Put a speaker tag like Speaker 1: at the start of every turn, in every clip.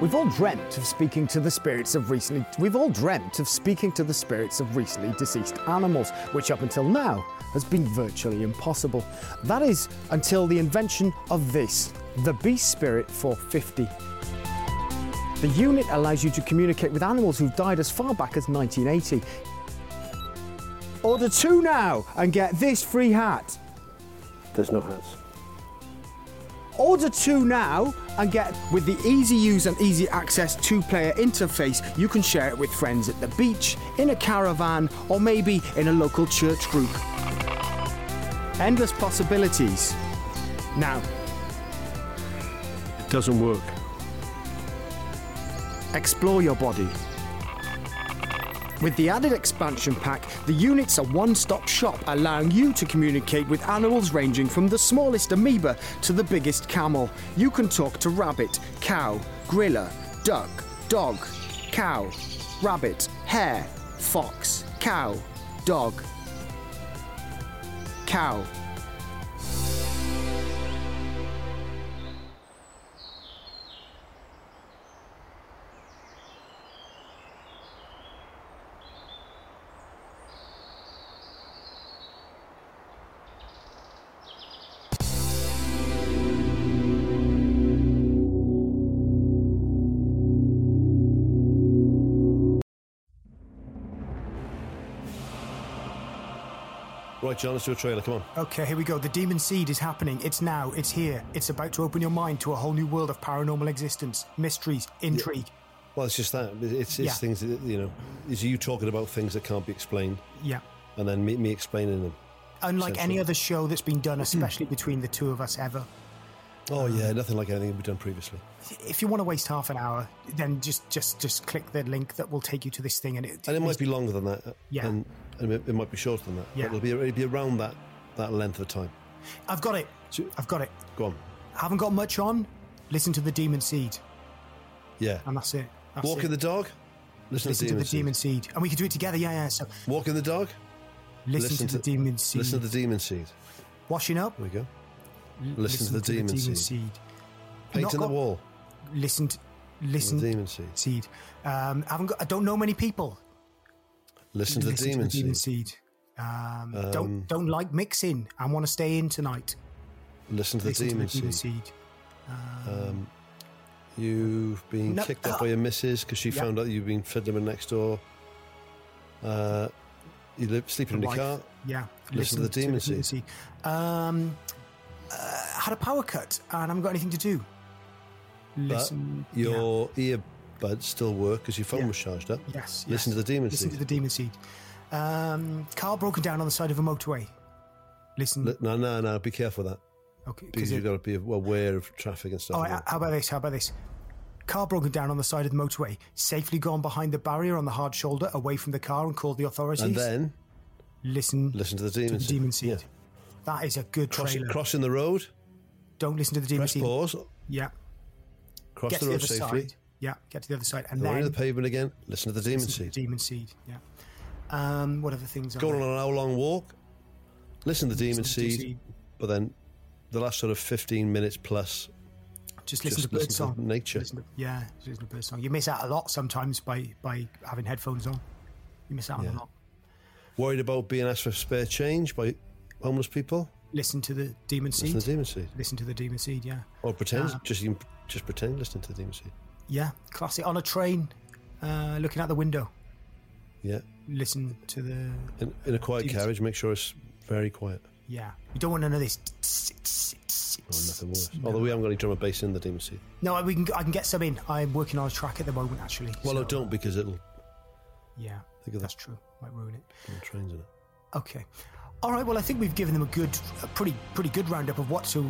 Speaker 1: We've all dreamt of speaking to the spirits of recently we've all dreamt of speaking to the spirits of recently deceased animals, which up until now has been virtually impossible. That is until the invention of this, the Beast Spirit 450. The unit allows you to communicate with animals who've died as far back as 1980. Order two now and get this free hat.
Speaker 2: There's no hands.
Speaker 1: Order two now and get with the easy use and easy access two player interface, you can share it with friends at the beach, in a caravan, or maybe in a local church group. Endless possibilities. Now,
Speaker 2: It doesn't work.
Speaker 1: explore your body. With the added expansion pack, the unit's a one stop shop, allowing you to communicate with animals ranging from the smallest amoeba to the biggest camel. You can talk to rabbit, cow, gorilla, duck, dog, cow, rabbit, hare, fox, cow, dog, cow.
Speaker 3: Right, John, let's do a trailer. Come on.
Speaker 1: Okay, here we go. The demon seed is happening. It's now. It's here. It's about to open your mind to a whole new world of paranormal existence, mysteries, intrigue.
Speaker 3: Well, it's just that. It's, it's
Speaker 1: Yeah.
Speaker 3: things that, you know, it's you talking about things that can't be explained
Speaker 1: Yeah.
Speaker 3: and then me, me explaining them.
Speaker 1: Unlike any
Speaker 3: Essentially.
Speaker 1: other show that's been
Speaker 3: Hmm.
Speaker 1: done, especially between the two of us ever.
Speaker 3: Oh,
Speaker 1: Um,
Speaker 3: yeah, nothing like anything we've done previously.
Speaker 1: If you want to waste half an hour, then just just just click the link that will take you to this thing, and it,
Speaker 3: And it might be longer than that. uh,
Speaker 1: Yeah.
Speaker 3: And, and it it might be shorter than that.
Speaker 1: Yeah.
Speaker 3: But it'll be, it'll be around that, that length of time.
Speaker 1: I've got it.
Speaker 3: So-
Speaker 1: I've got it.
Speaker 3: Go on.
Speaker 1: I haven't got much on. Listen to the demon seed,
Speaker 3: Yeah.
Speaker 1: and that's it. That's
Speaker 3: Walk
Speaker 1: it.
Speaker 3: in the dark. Listen,
Speaker 1: Listen
Speaker 3: to,
Speaker 1: to the
Speaker 3: Seed.
Speaker 1: demon seed, and we can do it together. Yeah, yeah. So
Speaker 3: Walk in the dark.
Speaker 1: listen, to, the demon seed.
Speaker 3: Listen to the demon seed.
Speaker 1: Washing up.
Speaker 3: There we go. Listen, to the demon, seed.
Speaker 1: Not
Speaker 3: Paint in the
Speaker 1: got-
Speaker 3: wall.
Speaker 1: Listen. To, listen.
Speaker 3: The demon seed.
Speaker 1: seed. Um, I haven't got. I don't know many people.
Speaker 3: Listen to the
Speaker 1: listen
Speaker 3: demon
Speaker 1: to the demon
Speaker 3: seed.
Speaker 1: seed. Um, don't don't like mixing. I want to stay in tonight.
Speaker 3: Listen to the
Speaker 1: Listen to
Speaker 3: demon
Speaker 1: the demon
Speaker 3: seed.
Speaker 1: seed.
Speaker 3: You've been
Speaker 1: No-
Speaker 3: kicked up by your missus because she
Speaker 1: Yeah.
Speaker 3: found out you've been fiddling with next door. Uh, you live sleeping in the
Speaker 1: Wife.
Speaker 3: car.
Speaker 1: Yeah.
Speaker 3: Listen to the demon seed.
Speaker 1: Um, uh, had a power cut and I haven't got anything to do. Listen.
Speaker 3: but your earbuds still work because your phone
Speaker 1: Yeah.
Speaker 3: was charged up.
Speaker 1: Yes.
Speaker 3: Listen
Speaker 1: yes.
Speaker 3: to the demon
Speaker 1: Listen
Speaker 3: seed.
Speaker 1: to the demon seed. Um, car broken down on the side of a motorway. Listen.
Speaker 3: Li- no, no, no. Be careful with that
Speaker 1: okay. 'cause
Speaker 3: because
Speaker 1: it- Oh,
Speaker 3: you've got to be aware of traffic and stuff.
Speaker 1: All
Speaker 3: like
Speaker 1: right,
Speaker 3: that.
Speaker 1: how about this? How about this? Car broken down on the side of the motorway, safely gone behind the barrier on the hard shoulder, away from the car, and called the authorities.
Speaker 3: and then
Speaker 1: listen,
Speaker 3: listen to the demon
Speaker 1: to the
Speaker 3: seed.
Speaker 1: demon seed.
Speaker 3: Yeah.
Speaker 1: That is a good
Speaker 3: Cross,
Speaker 1: trailer.
Speaker 3: crossing the road.
Speaker 1: Don't listen to the demon
Speaker 3: Press
Speaker 1: seed.
Speaker 3: pause.
Speaker 1: Yeah,
Speaker 3: Cross
Speaker 1: get
Speaker 3: the
Speaker 1: to the
Speaker 3: road
Speaker 1: other
Speaker 3: safely.
Speaker 1: side. Yeah, get to the other side, and
Speaker 3: Go onto
Speaker 1: then
Speaker 3: the pavement again. Listen to the demon
Speaker 1: listen to
Speaker 3: seed.
Speaker 1: the demon seed. Yeah. Um, what other things are
Speaker 3: Going
Speaker 1: there?
Speaker 3: on an hour-long walk. Listen to the demon
Speaker 1: Listen to the
Speaker 3: seed. But then the last sort of 15 minutes plus,
Speaker 1: Just listen to
Speaker 3: just
Speaker 1: bird
Speaker 3: listen
Speaker 1: song.
Speaker 3: to nature.
Speaker 1: Listen to- yeah, just listen to bird song. You miss out a lot sometimes by by having headphones on. You miss out on a lot.
Speaker 3: worried about being asked for spare change by homeless people,
Speaker 1: Listen to the demon seed.
Speaker 3: listen to the demon seed.
Speaker 1: listen to the demon seed. Yeah.
Speaker 3: Or pretend,
Speaker 1: Ah.
Speaker 3: just you can just pretend listening to the demon seed.
Speaker 1: Yeah, classic. On a train, uh, looking out the window,
Speaker 3: Yeah.
Speaker 1: listen to the.
Speaker 3: In, in a quiet
Speaker 1: Demon seed.
Speaker 3: carriage, make sure it's very quiet.
Speaker 1: Yeah, you don't want none of this.
Speaker 3: Oh, nothing worse. Although we haven't got any drum and bass in the demon seed.
Speaker 1: No, we can. I can get some in. I'm working on a track at the moment, actually.
Speaker 3: Well,
Speaker 1: so-
Speaker 3: I don't because it'll
Speaker 1: yeah,
Speaker 3: think of
Speaker 1: that's
Speaker 3: that
Speaker 1: true. Might ruin it.
Speaker 3: on trains in it.
Speaker 1: Okay, all right. Well, I think we've given them a good, a pretty, pretty good roundup of what to, h-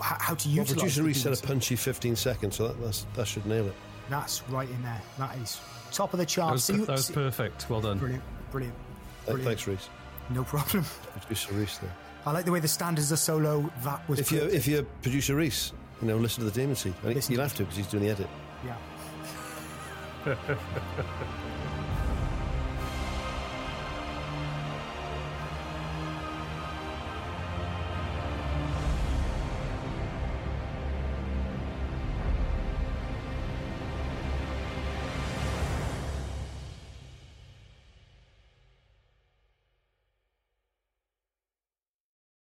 Speaker 1: how to
Speaker 3: Well,
Speaker 1: use.
Speaker 3: producer reset a punchy 15 seconds, so that that's, that should nail it. Uh,
Speaker 1: That's right in there. That is top of the
Speaker 4: That
Speaker 1: charts.
Speaker 4: was,
Speaker 1: See you-
Speaker 4: that was
Speaker 1: see-
Speaker 4: perfect. Well done.
Speaker 1: brilliant, brilliant,
Speaker 3: Th-
Speaker 1: brilliant.
Speaker 3: Thanks, Reese.
Speaker 1: No problem.
Speaker 3: Producer Reese. There.
Speaker 1: I like the way the standards are so low. That was
Speaker 3: If you
Speaker 1: perfect.
Speaker 3: if you're producer Reese, you know, listen to the demon seed. And
Speaker 1: Listen
Speaker 3: You'll
Speaker 1: to
Speaker 3: have to because he's doing the edit.
Speaker 1: Yeah.